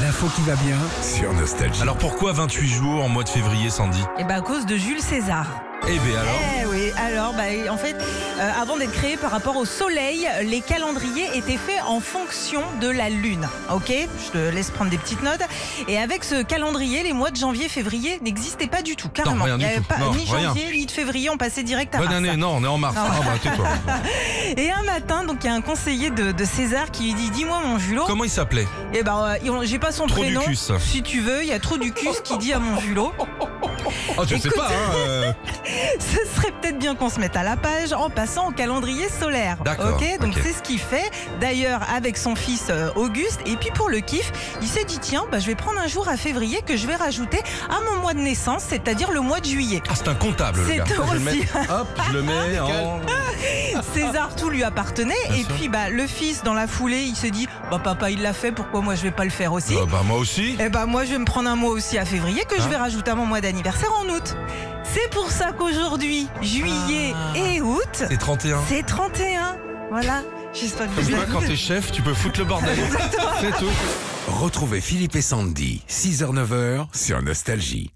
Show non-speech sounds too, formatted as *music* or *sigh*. l'info qui va bien. Sur Nostalgie. Alors pourquoi 28 jours en mois de février, Sandy Et ben à cause de Jules César. Eh bien alors Eh oui, alors bah, en fait, euh, avant d'être créé par rapport au soleil, les calendriers étaient faits en fonction de la lune. Ok Je te laisse prendre des petites notes. Et avec ce calendrier, les mois de janvier, février n'existaient pas du tout, carrément. rien Il n'y du avait tout. pas Non, ni rien. janvier, ni de février, on passait direct à Bonne mars. année, non, on est en mars. Non. Ah bah tais-toi. *laughs* Et un matin, donc il y a un conseiller de, de César qui lui dit Dis-moi, mon Julot. Comment il s'appelait Eh ben, euh, ils ont- j'ai pas son Trou du prénom. cul. Si tu veux, il y a trop du cul qui dit à mon Julot. Oh, je sais Écoute. pas, hein, euh, Ce serait peut-être bien qu'on se mette à la page en passant au calendrier solaire. D'accord, Ok, donc ok. c'est ce qu'il fait. D'ailleurs, avec son fils euh, Auguste. Et puis pour le kiff, il s'est dit tiens, bah, je vais prendre un jour à février que je vais rajouter à mon mois de naissance, c'est-à-dire le mois de juillet. Ah, c'est un comptable, le C'est gars. Ah, Ah tout Je le mets- aussi. Hop, je le mets en. *laughs* César, tout lui appartenait. Bien et sûr. puis bah, le fils, dans la foulée, il se dit bah papa, il l'a fait, pourquoi moi je vais pas le faire aussi Ah, bah Ah. moi aussi. Eh ben moi je vais me prendre un mois aussi à février que je vais rajouter à mon mois d'anniversaire en août. C'est pour ça qu'aujourd'hui, juillet Ah. et août, C'est 31. c'est 31. Voilà. J'espère que Comme vous quoi, avez- quand t'es chef, tu peux foutre le bordel. C'est tout. Retrouvez Philippe et Sandy, 6h-9h, sur Nostalgie.